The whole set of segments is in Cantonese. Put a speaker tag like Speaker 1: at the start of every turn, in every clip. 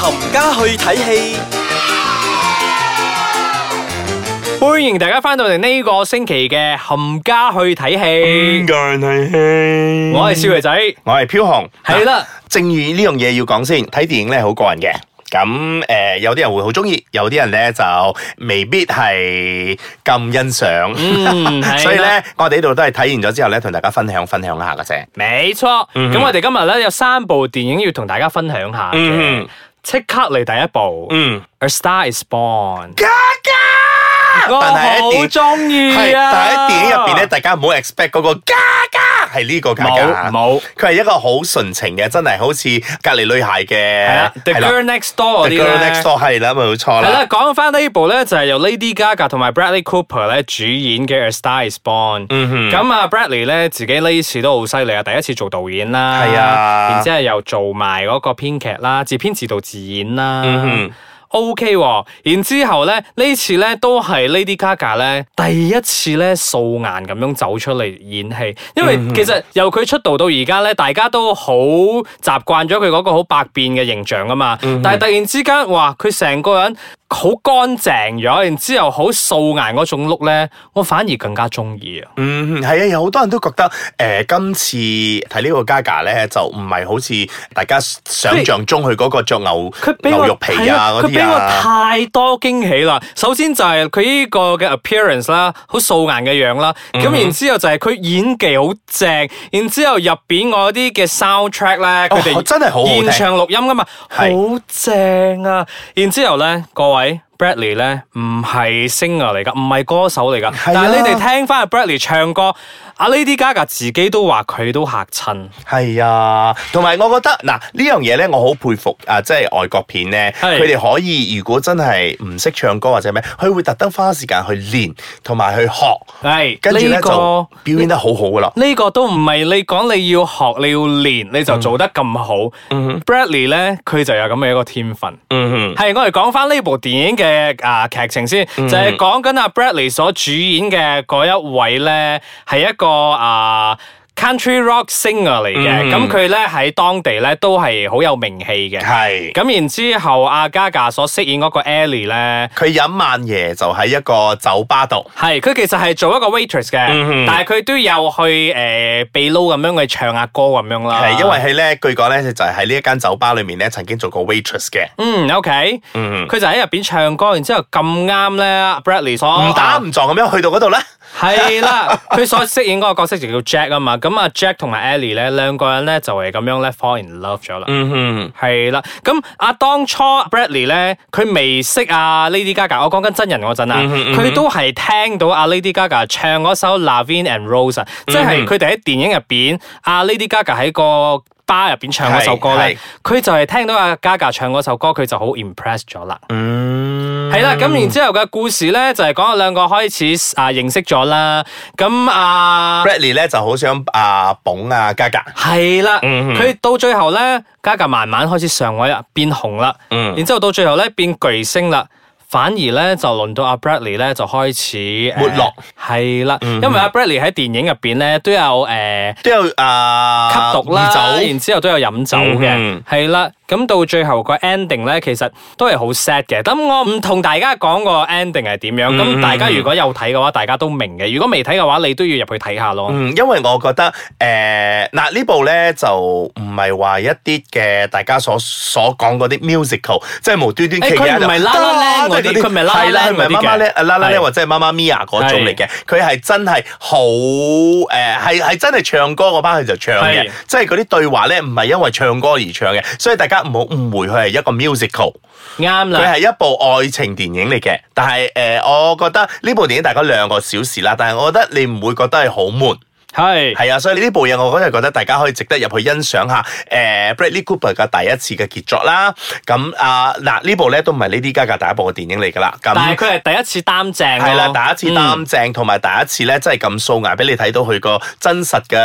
Speaker 1: 冚家去睇戲，
Speaker 2: 欢迎大家翻到嚟呢个星期嘅冚家去睇戏，
Speaker 3: 嗯
Speaker 2: 我系少爷仔，
Speaker 3: 我係飄紅。
Speaker 2: 系啦，
Speaker 3: 正如呢樣嘢要講先，睇電影呢，好個人嘅。咁，誒，有啲人會好鍾意，有啲人呢，就未必係咁欣賞。
Speaker 2: 嗯，係啦
Speaker 3: 所以呢，我哋呢度都係睇完咗之後呢，同大家分享，分享下嘅啫。
Speaker 2: 没错。
Speaker 3: 嗯
Speaker 2: 咁我哋今日咧有三部电影要同大家分享下
Speaker 3: 嗯
Speaker 2: 嘅，即刻嚟第一部《A Star Is Born》，我
Speaker 3: 但係喺
Speaker 2: 好
Speaker 3: 電-
Speaker 2: 中意啊！
Speaker 3: 係，但係喺電影入邊呢，大家唔好expect嗰個嘎嘎係呢個嘎
Speaker 2: 冇
Speaker 3: 嘎。
Speaker 2: 冇
Speaker 3: 佢係一個好純情嘅，真係好似隔離女孩嘅，
Speaker 2: 系啦，《The
Speaker 3: 係啦，
Speaker 2: Girl Next Door》嗰
Speaker 3: The
Speaker 2: 啲
Speaker 3: Girl
Speaker 2: 咧
Speaker 3: Next。Door，係啦，冇錯啦。
Speaker 2: 系啦，講翻呢部咧就係由 Lady Gaga 同埋 Bradley Cooper 咧主演嘅《A Star Is Born》。咁
Speaker 3: 嗯
Speaker 2: 啊，Bradley 咧自己呢次都好犀利啊，第一次做導演啦，
Speaker 3: 係啊
Speaker 2: 然之後又做埋嗰個編劇啦，自編自導自演啦。
Speaker 3: 嗯哼
Speaker 2: O K 喎，然之後咧呢次咧都係 Lady Gaga 咧第一次咧素顏咁樣走出嚟演戲，因為
Speaker 3: 嗯
Speaker 2: 其實由佢出道到而家咧，大家都好習慣咗佢嗰個好百變嘅形象啊嘛，
Speaker 3: 嗯
Speaker 2: 但係突然之間，哇！佢成個人好乾淨咗，然之後好素顏嗰種 look 咧，我反而更加中意啊！
Speaker 3: 嗯，係啊，有好多人都覺得誒、呃今次睇呢個 Gaga 咧，就唔係好似大家想象中佢嗰個着牛
Speaker 2: 佢俾我
Speaker 3: 牛肉皮
Speaker 2: 係
Speaker 3: 啊嗰
Speaker 2: 佢俾
Speaker 3: 啲
Speaker 2: 我
Speaker 3: 啊，
Speaker 2: 太多驚喜啦！首先就係佢呢個嘅 appearance 啦，好素顏嘅樣啦，
Speaker 3: 嗯
Speaker 2: 咁、然之後就係佢演技好正，然之後入邊嗰啲嘅 soundtrack 咧，佢哋、
Speaker 3: 哦真係好好聽
Speaker 2: 現場錄音噶嘛，好
Speaker 3: 係
Speaker 2: 正啊！然之後咧，各位。Bradley 咧唔係 singer 嚟噶，唔係歌手嚟噶，
Speaker 3: 係啊
Speaker 2: 但係你哋聽翻阿 Bradley 唱歌，阿 Lady Gaga 自己都話佢都嚇親。
Speaker 3: 係啊，同埋我覺得嗱呢樣嘢咧，我好佩服啊！即係外國片咧，
Speaker 2: 係
Speaker 3: 佢哋可以如果真係唔識唱歌或者咩，佢會特登花時間去練同埋去學，
Speaker 2: 係
Speaker 3: 跟住咧、
Speaker 2: 哎呢個
Speaker 3: 就表演得好好噶啦。
Speaker 2: 呢個都唔係你講你要學你要練你就
Speaker 3: 嗯
Speaker 2: 做得咁好。Bradley 咧佢就有咁嘅一個天分。
Speaker 3: 嗯
Speaker 2: 係我哋講翻呢部電影嘅啊劇情先，就係講緊阿 Bradley 所主演嘅嗰一位咧係一個啊。country rock singer 嚟嘅，
Speaker 3: 嗯
Speaker 2: 咁佢咧喺當地咧都係好有名氣嘅
Speaker 3: 哼，。係。
Speaker 2: 咁然之後，阿 Gaga 所飾演嗰個 Ellie 咧，
Speaker 3: 佢飲晚夜就喺一個酒吧度。
Speaker 2: 係，佢其實係做一個 waitress 嘅，
Speaker 3: 嗯
Speaker 2: 但係佢都有去诶秘撈咁樣去唱下歌咁樣啦。
Speaker 3: 係因為佢咧，據講咧就係喺呢一間酒吧裏面咧，曾經做過 waitress 嘅。
Speaker 2: 嗯 OK，
Speaker 3: 嗯
Speaker 2: 佢就喺入邊唱歌，然之後咁啱咧，Bradley 所
Speaker 3: 唔打唔撞咁樣去到嗰度咧，
Speaker 2: 啊係 啦，佢所飾演嗰個角色就叫 Jack 啊嘛。咁啊 Jack 同埋 Ellie 咧兩個人咧就係咁樣咧 fall in love 咗啦。
Speaker 3: 嗯哼，
Speaker 2: 係啦，咁啊，當初 Bradley 咧，佢未識啊 Lady Gaga，我講緊真人嗰陣啊，
Speaker 3: 嗯
Speaker 2: 佢都係聽到啊 Lady Gaga 唱嗰首《Lavin and Rose》啊，即
Speaker 3: 嗯
Speaker 2: 係佢哋喺電影入邊，啊 Lady Gaga 喺個巴入邊唱嗰首歌咧
Speaker 3: 嗯係，
Speaker 2: 佢就係聽到阿 Gaga 唱嗰首歌，佢就好 impress 咗啦。
Speaker 3: 嗯，
Speaker 2: 係啦，咁然之後嘅故事咧，就係講兩個開始啊認識咗啦，咁啊。
Speaker 3: Bradley 咧就好想啊捧啊嘉嘉，
Speaker 2: 係啦，
Speaker 3: 嗯
Speaker 2: 佢、到最後咧，嘉嘉慢慢開始上位啦，變紅啦，
Speaker 3: 嗯
Speaker 2: 然之後到最後咧變巨星啦。反而咧就輪到阿 Bradley 咧就開始呃
Speaker 3: 沒落嗯
Speaker 2: 係啦，因為阿 Bradley 喺電影入邊咧都有誒、呃
Speaker 3: 都有啊
Speaker 2: 吸毒啦，
Speaker 3: 二酒
Speaker 2: 然之後都有飲酒嘅
Speaker 3: 嗯，
Speaker 2: 係啦、咁到最後個 ending 咧，其實都係好 sad 嘅。咁我唔同大家講個 ending 係點樣，咁、
Speaker 3: 嗯
Speaker 2: 大家如果有睇嘅話，大家都明嘅；如果未睇嘅話，你都要入去睇下咯。
Speaker 3: 嗯，因為我覺得誒嗱呢部咧就唔係話一啲嘅大家所所講嗰啲 musical，即係無端端
Speaker 2: 誒
Speaker 3: 企喺
Speaker 2: 佢唔
Speaker 3: 度
Speaker 2: 係啦啦靚嗰啲
Speaker 3: 即係
Speaker 2: 佢唔係啦啦靚
Speaker 3: 係佢唔係
Speaker 2: 嗰啲
Speaker 3: 媽媽咧
Speaker 2: 嘅
Speaker 3: 啦啦咧
Speaker 2: 係
Speaker 3: 或者係媽媽 Mia 嗰種嚟嘅，佢係真係好誒係係真係唱歌嗰班佢就唱
Speaker 2: 係
Speaker 3: 嘅，即係嗰啲對話咧唔係因為唱歌而唱嘅，所以大家唔好誤會佢係一個 musical。
Speaker 2: 啱啦
Speaker 3: 佢。係一部愛情電影嚟嘅，但係誒、呃我覺得呢部電影大概兩個小時啦，但係我覺得你唔會覺得係好悶，
Speaker 2: 係
Speaker 3: 係啊，所以呢部嘢我真係覺得大家可以值得入去欣賞下誒、呃 Bradley Cooper 嘅第一次嘅傑作啦。咁啊嗱呢部咧都唔係 Lady Gaga 第一部嘅電影嚟㗎啦，
Speaker 2: 但係
Speaker 3: 咁。
Speaker 2: 佢係第一次擔正咯嗯
Speaker 3: 係啦，第一次擔正，同埋、第一次咧，真係咁素顏俾你睇到佢個真實嘅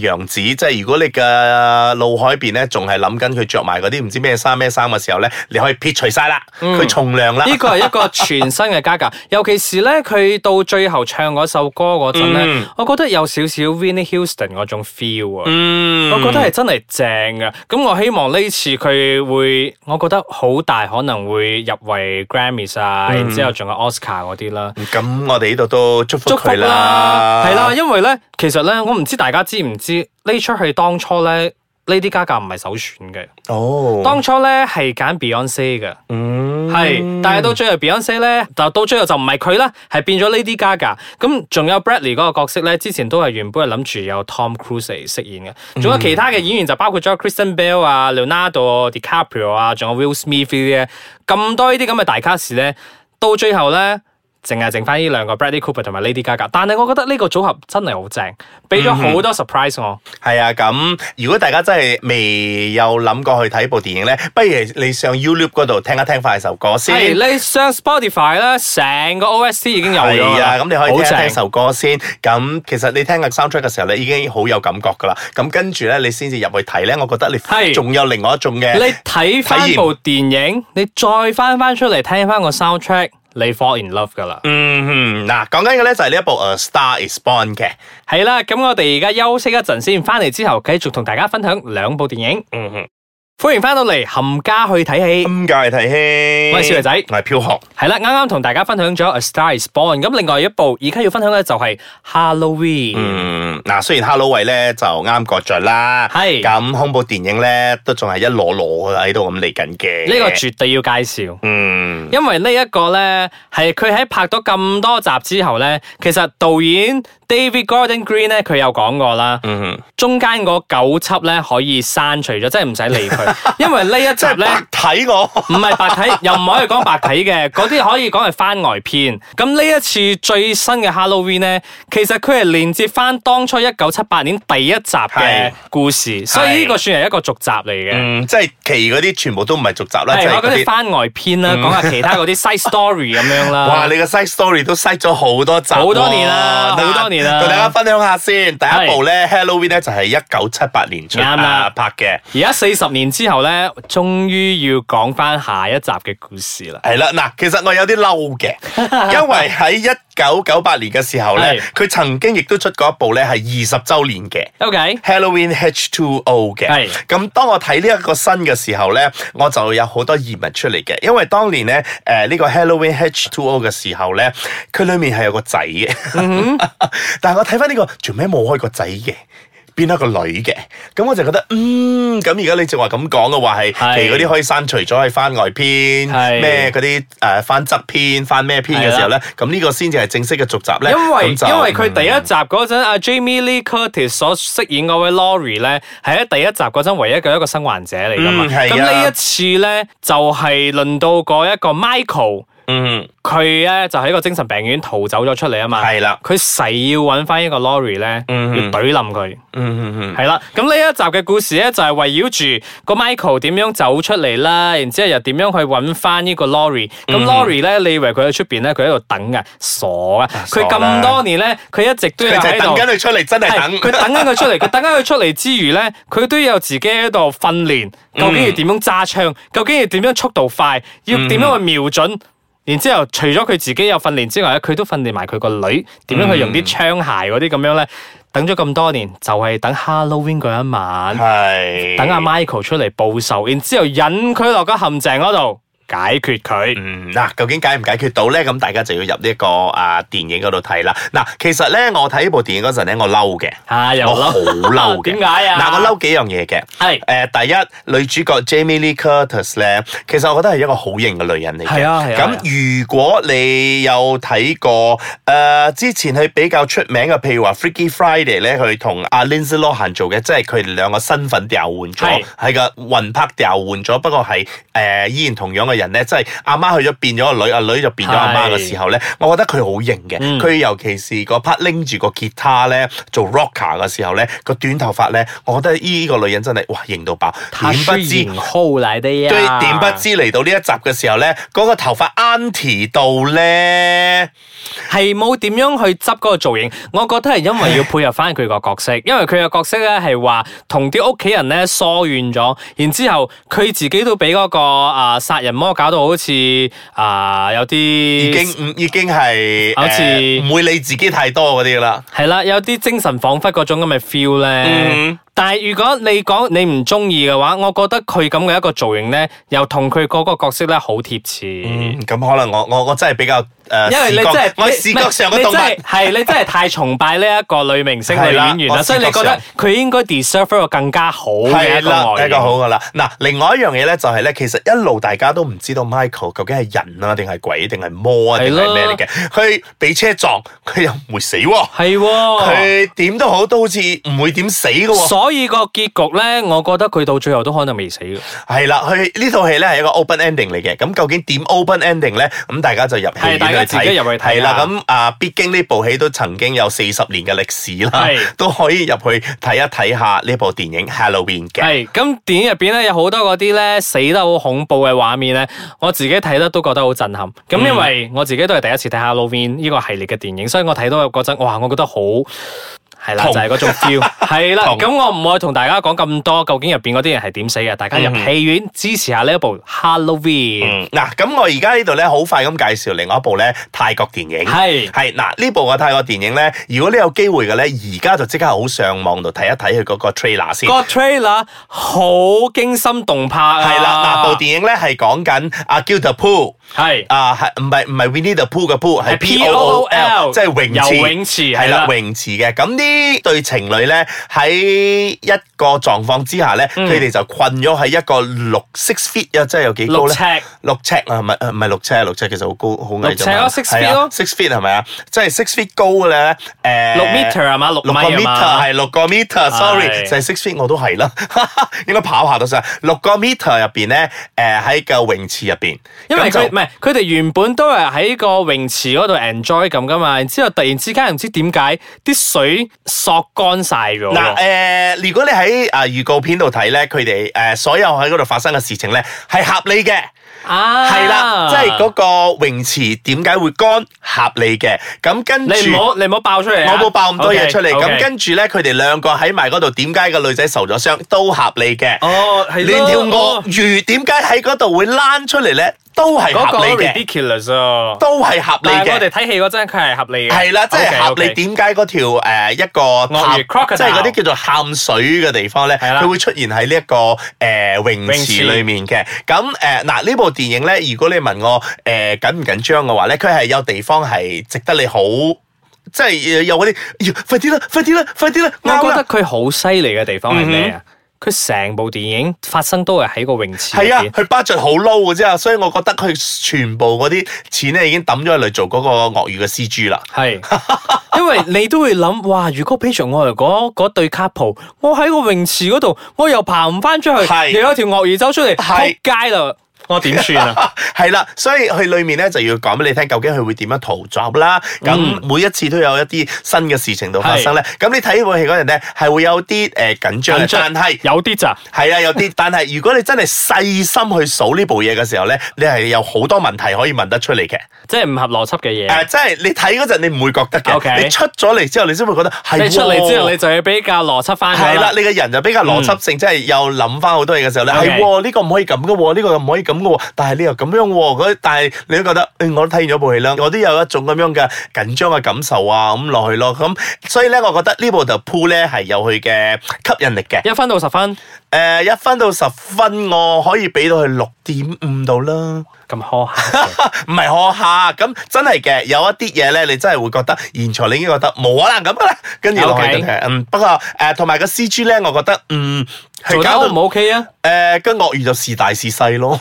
Speaker 3: 樣子。即係如果你嘅腦海邊咧，仲係諗緊佢着埋嗰啲唔知咩衫咩衫嘅時候咧，你可以撇除晒啦，佢、從良啦。
Speaker 2: 嗯呢個係一個 全新嘅加價，尤其是咧佢到最後唱嗰首歌嗰陣咧，
Speaker 3: 嗯
Speaker 2: 我覺得有少少少 Vinnie Houston 嗰種 feel 啊。
Speaker 3: 嗯
Speaker 2: 我覺得係真係正噶，咁我希望呢次佢會，我覺得好大可能會入圍 Grammys 啊，
Speaker 3: 嗯
Speaker 2: 然之後仲有 Oscar 嗰啲啦。
Speaker 3: 咁我哋呢度都祝福
Speaker 2: 祝福
Speaker 3: 佢
Speaker 2: 啦
Speaker 3: 啦，，
Speaker 2: 係啦，因為咧，其實咧，我唔知大家知唔知呢出戲當初咧，Lady Gaga 唔係首選嘅，
Speaker 3: 哦，
Speaker 2: 當初咧係揀 Beyonce 嘅。
Speaker 3: 嗯
Speaker 2: 係，但係到最後 Beyonce 咧，就到最後就唔係佢啦，係變咗 Lady Gaga。咁仲有 Bradley 嗰個角色咧，之前都係原本係諗住有 Tom Cruise 嚟飾演
Speaker 3: 嗯
Speaker 2: 嘅。仲有其他嘅演員就包括咗 Kristen Bell 啊、Leonardo DiCaprio 啊，仲有 Will Smith 呢啲呢咁多呢啲咁嘅大卡士咧，到最後咧。淨係剩翻呢兩個 Bradley Cooper 同埋 Lady Gaga，但係我覺得呢個組合真係好正，俾
Speaker 3: 嗯
Speaker 2: 咗好多 surprise 我。
Speaker 3: 係啊，咁如果大家真係未有諗過去睇部電影咧，不如你上 YouTube 嗰度聽一聽快首歌先。
Speaker 2: 係你上 Spotify 啦，成個 OST 已經有咗
Speaker 3: 係
Speaker 2: 啦
Speaker 3: 啊，咁你可以聽
Speaker 2: 好
Speaker 3: 一
Speaker 2: 正
Speaker 3: 聽首歌先。咁其實你聽個 soundtrack 嘅時候咧，已經好有感覺噶啦。咁跟住咧，你先至入去睇咧，我覺得
Speaker 2: 係
Speaker 3: 你仲有另外一種嘅。
Speaker 2: 你睇翻部電影，你再翻翻出嚟聽翻個 soundtrack，你 fall in love 噶啦。
Speaker 3: 嗯哼，嗱，講緊嘅咧就係呢一部《A Star Is Born》嘅。
Speaker 2: 係啦，咁我哋而家休息一陣先，翻嚟之後繼續同大家分享兩部電影。
Speaker 3: 嗯哼，嗯
Speaker 2: 歡迎翻到嚟冚家去睇戲。
Speaker 3: 咁嘅睇戲。
Speaker 2: 我係少爺仔
Speaker 3: 我係飄紅。
Speaker 2: 係啦，啱啱同大家分享咗《A Star Is Born》，咁另外一部而家要分享嘅就係《Halloween》。
Speaker 3: 嗯，嗱，雖然《Hello 位》咧就啱割著啦，
Speaker 2: 係
Speaker 3: 咁恐怖電影咧都仲係一摞摞喺度咁嚟緊嘅。
Speaker 2: 呢個絕對要介紹。
Speaker 3: 嗯，
Speaker 2: 因為呢一個呢，係佢喺拍咗咁多集之後呢，其實導演 David Gordon Green 呢，佢有講過啦，
Speaker 3: 嗯，
Speaker 2: 中間嗰九輯咧可以刪除咗，即係唔使理佢， 因為呢一集
Speaker 3: 即係
Speaker 2: 咧
Speaker 3: 白睇我。
Speaker 2: 唔係白 體，又唔可以講白體嘅，嗰啲可以講係番外篇。咁呢一次最新嘅 Halloween 咧，其實佢係連接翻當初一九七八年第一集嘅
Speaker 3: 係
Speaker 2: 故事，所以呢個算係一個續集嚟嘅。
Speaker 3: 嗯，即係其嗰啲全部都唔係續集啦，即
Speaker 2: 係
Speaker 3: 係
Speaker 2: 我嗰
Speaker 3: 嗰
Speaker 2: 啲
Speaker 3: 啲。嗯
Speaker 2: 番外篇啦，講下其他嗰啲 side story 咁樣啦。
Speaker 3: 哇！你個 side story 都 side 咗好多集喎，
Speaker 2: 啊好多年啦
Speaker 3: 嗱
Speaker 2: 好多年啦
Speaker 3: 同大家分享下先。第一部咧，Halloween 咧就係一九七八年出
Speaker 2: 啱啦
Speaker 3: 啊拍嘅。
Speaker 2: 而家四十年之後咧，終於要講翻下一集嘅故事啦。
Speaker 3: 係啦，嗱，其實我有啲 嬲嘅，因為喺一九九八年嘅時候咧，佢曾經亦都出過一部咧係二十週年嘅
Speaker 2: OK，
Speaker 3: Halloween H2O 嘅。
Speaker 2: 係
Speaker 3: 咁當我睇呢一個新嘅時候咧，我就有好多疑問出嚟嘅，因為當年咧誒呢個 Halloween H2O 嘅時候咧，佢裡面係有個仔嘅，
Speaker 2: 嗯
Speaker 3: 但係我睇翻呢個做咩冇開個仔嘅？變咗個女嘅，咁我就覺得，嗯，咁而家你正話咁講嘅話係，
Speaker 2: 係
Speaker 3: 其實嗰啲可以刪除咗係番外篇，
Speaker 2: 係
Speaker 3: 咩嗰啲誒翻側篇、翻咩篇嘅時候咧，咁呢個先至係正式嘅續集咧。
Speaker 2: 因為
Speaker 3: 咁就
Speaker 2: 因為佢第一集嗰陣，阿 Jamie Lee Curtis 所飾演嗰位 Laurie 咧，係喺第一集嗰陣唯一嘅一個生還者嚟噶嘛。
Speaker 3: 嗯係啊
Speaker 2: 咁呢、一次咧，就係、輪到嗰一個 Michael，
Speaker 3: 嗯
Speaker 2: 佢咧就喺一個精神病院逃走咗出嚟啊嘛。
Speaker 3: 係啦，
Speaker 2: 佢誓要揾翻一個 Laurie 咧，
Speaker 3: 嗯
Speaker 2: 要懟冧佢。
Speaker 3: 嗯嗯嗯
Speaker 2: 係啦，咁呢一集嘅故事咧就係圍繞住個 Michael 點樣走出嚟啦，然之後又點樣去揾翻呢個 Laurie。咁
Speaker 3: 嗯
Speaker 2: Laurie 咧，你以為佢喺出邊咧，佢喺度等嘅，傻啊！
Speaker 3: 傻
Speaker 2: 佢
Speaker 3: 啦
Speaker 2: 咁多年咧，佢一直都有
Speaker 3: 佢就
Speaker 2: 喺
Speaker 3: 係等緊
Speaker 2: 度。
Speaker 3: 佢出嚟，真係
Speaker 2: 係
Speaker 3: 等。
Speaker 2: 佢等緊佢出 嚟，佢等緊佢出嚟之餘咧，佢都有自己喺度訓練，
Speaker 3: 嗯
Speaker 2: 究竟要點樣揸槍，究竟要點樣速度快，要
Speaker 3: 嗯
Speaker 2: 點樣去瞄準。然之後，除咗佢自己有訓練之外咧，佢都訓練埋佢個女點
Speaker 3: 嗯
Speaker 2: 樣去用啲槍械嗰啲咁樣咧。等咗咁多年，就係、等 Halloween 嗰一晚，
Speaker 3: 係
Speaker 2: 等阿 Michael 出嚟報仇，然之後引佢落個陷阱嗰度解決佢。
Speaker 3: 嗯，嗱，究竟解唔解決到咧？咁大家就要入呢、一個啊電影嗰度睇啦。嗱，其實咧，我睇呢部電影嗰陣咧，我 嬲嘅，
Speaker 2: 啊，又
Speaker 3: 我好
Speaker 2: 嬲，
Speaker 3: 嬲嘅。
Speaker 2: 點解啊？
Speaker 3: 嗱，我嬲幾樣嘢嘅。
Speaker 2: 係
Speaker 3: 誒、第一女主角 Jamie Lee Curtis 咧，其實我覺得係一個好型嘅女人嚟嘅。
Speaker 2: 係啊係啊係啊
Speaker 3: 咁如果你有睇過誒、呃之前佢比較出名嘅，譬如話 Freaky Friday 咧，佢同阿 Lindsay Lohan 做嘅，即係佢哋兩個身份調換
Speaker 2: 係
Speaker 3: 咗，係個魂魄調換咗，不過係誒、呃依然同樣嘅人咧，即係阿媽去咗變咗個女，阿女就變咗阿媽嘅時候咧，我覺得佢好型嘅。
Speaker 2: 嗯
Speaker 3: 佢、尤其是嗰 part 拎住個吉他咧做 rocker 嘅時候咧，個短頭髮咧，我覺得依個女人真係哇型到爆，
Speaker 2: 他
Speaker 3: 點不
Speaker 2: 是
Speaker 3: 知
Speaker 2: 影。后嚟的呀，
Speaker 3: 對，點不知嚟到呢一集嘅時候咧，嗰、個頭髮 a n t i 到咧，
Speaker 2: 係冇點樣去執嗰個造型，我覺得係因為要配合翻佢個角色，因為佢個角色咧係話同啲屋企人咧疏遠咗，然之後佢自己都俾嗰、個啊殺人魔搞到好似啊有啲
Speaker 3: 已經唔已經係
Speaker 2: 好似
Speaker 3: 誒唔會理自己太多嗰啲啦。
Speaker 2: 係啦，有啲精神恍惚嗰種咁嘅 feel 咧。
Speaker 3: 嗯
Speaker 2: 但係如果你講你唔中意嘅話，我覺得佢咁嘅一個造型咧，又同佢嗰個角色咧好貼切。
Speaker 3: 嗯，咁可能我我我真係比較誒，
Speaker 2: 因為你
Speaker 3: 視覺
Speaker 2: 真係
Speaker 3: 我視覺上嘅動物。
Speaker 2: 係你真係太崇拜呢一個女明星
Speaker 3: 係
Speaker 2: 女
Speaker 3: 啦
Speaker 2: 演員啦，
Speaker 3: 我
Speaker 2: 所以你
Speaker 3: 視覺
Speaker 2: 覺
Speaker 3: 上
Speaker 2: 得佢應該 deserve 一個更加好嘅一個
Speaker 3: 啦，
Speaker 2: 外
Speaker 3: 一個
Speaker 2: 形
Speaker 3: 好噶啦。嗱，另外一樣嘢咧就係咧，其實一路大家都唔知道 Michael 究竟係人啊，定係鬼，定係魔啊，定係咩嚟嘅？佢俾車撞，佢又唔會死喎。
Speaker 2: 係喎。
Speaker 3: 佢點都好，都好似唔會點死嘅喎。
Speaker 2: 所以個結局咧，我覺得佢到最後都可能未死嘅。
Speaker 3: 係啦，佢呢套戲咧係一個 open ending 嚟嘅。咁究竟點 open ending 咧？咁大家就入戲院
Speaker 2: 係大家
Speaker 3: 去睇
Speaker 2: 自己入去睇
Speaker 3: 係啦，
Speaker 2: 啊
Speaker 3: 咁啊，必經呢部戲都曾經有四十年嘅歷史啦
Speaker 2: 係，
Speaker 3: 都可以入去睇一睇下呢部電影 Halloween 嘅。
Speaker 2: 係咁電影入邊咧有好多嗰啲咧死得好恐怖嘅畫面咧，我自己睇得都覺得好震撼。
Speaker 3: 嗯
Speaker 2: 咁因為我自己都係第一次睇 Halloween 呢個系列嘅電影，所以我睇到嗰陣，哇！我覺得好係啦，
Speaker 3: 痛
Speaker 2: 就係 嗰種 feel 係啦。
Speaker 3: 痛
Speaker 2: 咁我唔會同大家講咁多，究竟入邊嗰啲人係點死嘅？大家入戲院支持下呢一部 Halloween。
Speaker 3: 嗯，嗱，咁我而家呢度咧，好快咁介紹另外一部咧泰國電影。
Speaker 2: 係
Speaker 3: 係嗱，呢部嘅泰國電影咧，如果你有機會嘅咧，而家就即刻好上網度睇一睇佢嗰個 trailer 先。
Speaker 2: 個 trailer 好驚心動魄啊！
Speaker 3: 係啦，嗱，部電影咧係講緊阿 g i l d e p o o
Speaker 2: 係
Speaker 3: 啊，係唔係唔係 Winnie the Pooh 嘅 Pooh，係
Speaker 2: 係
Speaker 3: P O O L，即係泳池，
Speaker 2: 游泳池
Speaker 3: 係
Speaker 2: 係
Speaker 3: 啦
Speaker 2: 啦，
Speaker 3: 泳池嘅。咁呢對情侶咧喺一個狀況之下咧，佢哋就困咗喺一個六 six feet 啊，即係有幾高
Speaker 2: 六
Speaker 3: 咧
Speaker 2: 尺？。
Speaker 3: 六尺啊，唔係呃唔係六尺，六尺其實好高，好
Speaker 2: 六
Speaker 3: 矮啫
Speaker 2: 尺
Speaker 3: 嘛
Speaker 2: 咯，six
Speaker 3: 係啊
Speaker 2: feet 咯
Speaker 3: ，six feet 係咪啊？即係 six feet 高嘅咧，誒
Speaker 2: 六 meter 係嘛？六
Speaker 3: 六個
Speaker 2: 米係
Speaker 3: meter
Speaker 2: 嘛？
Speaker 3: 係六個 meter，sorry，
Speaker 2: 係
Speaker 3: 就係 six feet 我都係啦， 應該跑下都上六個 meter 入邊咧，誒喺個泳池入邊，
Speaker 2: 因為
Speaker 3: 咁就
Speaker 2: 佢唔係佢哋原本都係喺個泳池嗰度 enjoy 咁噶嘛，然之後突然之間唔知點解啲水索乾晒咗
Speaker 3: 嗱誒、
Speaker 2: 喎。
Speaker 3: 如果你喺啊預告片度睇咧，佢哋誒所有喺嗰度發生嘅事情咧係合理嘅，
Speaker 2: 啊，
Speaker 3: 係啦、即係嗰個泳池點解會乾合理嘅，咁跟
Speaker 2: 你唔
Speaker 3: 住。
Speaker 2: 好你唔好爆出嚟啊，
Speaker 3: 我冇爆咁多嘢出嚟，咁
Speaker 2: OK，OK
Speaker 3: 跟住咧，佢哋兩個喺埋嗰度，點解個女仔受咗傷都合理嘅。
Speaker 2: 哦係
Speaker 3: 連條鱷
Speaker 2: 我
Speaker 3: 魚點解喺嗰度會躝出嚟咧，都係
Speaker 2: 嗰個
Speaker 3: 合理嘅，
Speaker 2: ridiculous 啊！
Speaker 3: 都係合理
Speaker 2: 但係我哋
Speaker 3: 嘅。
Speaker 2: 睇戲嗰陣佢係合理嘅，
Speaker 3: 係啦，即係合理。
Speaker 2: OK，OK
Speaker 3: 點解嗰條誒一個潭，
Speaker 2: 鱷魚 crocodile
Speaker 3: 即係嗰啲叫做喊水嘅地方咧，
Speaker 2: 係啦
Speaker 3: 佢會出現喺呢一個誒泳
Speaker 2: 泳
Speaker 3: 池
Speaker 2: 池
Speaker 3: 裡面嘅。咁誒嗱呢部電影咧，如果你問我誒緊唔緊張嘅話咧，佢係有地方係值得你好，即係有嗰啲要快啲啦，快啲啦，快啲啦，
Speaker 2: 我
Speaker 3: 啱
Speaker 2: 覺
Speaker 3: 啦
Speaker 2: 得佢好犀利嘅地方係咩啊？佢成部電影發生都係喺個泳池入
Speaker 3: 係啊，
Speaker 2: 邊。
Speaker 3: 佢 budget 好 low 嘅啫，所以我覺得佢全部嗰啲錢咧已經抌咗去嚟做嗰個鱷魚嘅 CG 啦。
Speaker 2: 係，因為你都會諗，哇！如果俾着我嚟嗰嗰對 couple，我喺個泳池嗰度，我又爬唔翻出
Speaker 3: 係
Speaker 2: 去，又有條鱷魚走出嚟，
Speaker 3: 係
Speaker 2: 撲街啦！我點算啊？
Speaker 3: 係啦，所以佢裏面咧就要講俾你聽，究竟佢會點樣逃走啦。咁
Speaker 2: 嗯
Speaker 3: 每一次都有一啲新嘅事情度發生咧。咁你睇呢部戲嗰陣咧，係會有啲誒緊張嘅
Speaker 2: 緊，張
Speaker 3: 但 係
Speaker 2: 有啲咋？
Speaker 3: 係啊有 啲，但係如果你真係細心去數呢部嘢嘅時候咧，你係有好多問題可以問得出嚟嘅。
Speaker 2: 即係唔合邏輯嘅
Speaker 3: 誒、
Speaker 2: 嘢。
Speaker 3: 即係你睇嗰陣你唔會覺得嘅
Speaker 2: OK
Speaker 3: 你出咗嚟之後你先會覺得係
Speaker 2: 即係
Speaker 3: 喎。
Speaker 2: 出嚟之後，你就要比較邏輯翻
Speaker 3: 係啦，嗯你個人就比較邏輯性，即係又諗翻好多嘢嘅時候咧，
Speaker 2: OK
Speaker 3: 係喎呢個唔可以咁嘅喎，呢個唔可以咁嘅喎，但係你又咁樣喎，嗰但係你都覺得，誒我都睇完咗部戲啦，我都有一種咁樣嘅緊張嘅感受啊，咁落去咯，咁所以咧，我覺得呢部就 Pool 咧係有佢嘅吸引力嘅，
Speaker 2: 一分到十分
Speaker 3: 誒一分到十分，我可以俾到佢六點五度啦。
Speaker 2: 咁苛刻嘅，
Speaker 3: 唔係我下咁真係嘅，有一啲嘢咧，你真係會覺得現場你已經覺得冇可能咁噶啦，跟住落去
Speaker 2: OK
Speaker 3: 真係嗯。不過誒，同埋個 C G 咧，我覺得嗯，佢
Speaker 2: 做得
Speaker 3: 搞
Speaker 2: O
Speaker 3: 到
Speaker 2: 唔 OK 啊？
Speaker 3: 誒，跟鱷魚就是大是細 咯。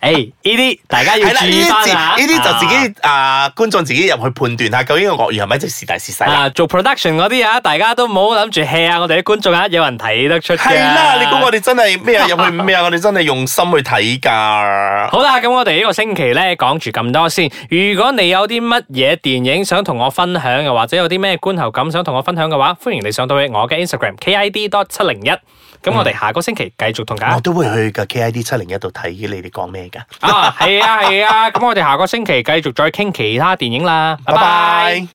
Speaker 2: 誒，呢啲大家要
Speaker 3: 係啦，
Speaker 2: 注
Speaker 3: 呢
Speaker 2: 意
Speaker 3: 啲
Speaker 2: 翻
Speaker 3: 自
Speaker 2: 啊！
Speaker 3: 呢啲就自
Speaker 2: 啊
Speaker 3: 己啊，觀眾自己入去判斷下，究竟個鱷魚係咪一隻是大是細啦。
Speaker 2: 啊，做 production 嗰啲啊，大家都唔好諗住 hea 啊！我哋啲觀眾啊，有人睇得出嘅。
Speaker 3: 係啦，你估我哋真係咩啊？入去咩啊？我哋真係用心去睇㗎。
Speaker 2: 好啦，咁我哋呢個星期咧講住咁多先。如果你有啲乜嘢電影想同我分享嘅，或者有啲咩觀後感想同我分享嘅話，歡迎你上到去我嘅 Instagram KID 多七零一。咁我哋下個星期繼續同大
Speaker 3: 我
Speaker 2: 家
Speaker 3: 都會去嘅 KID 七零一度睇你哋講咩㗎。
Speaker 2: 啊，係啊係啊，咁我哋下個星期繼續再傾其他電影啦，拜
Speaker 3: 拜
Speaker 2: 拜
Speaker 3: 拜。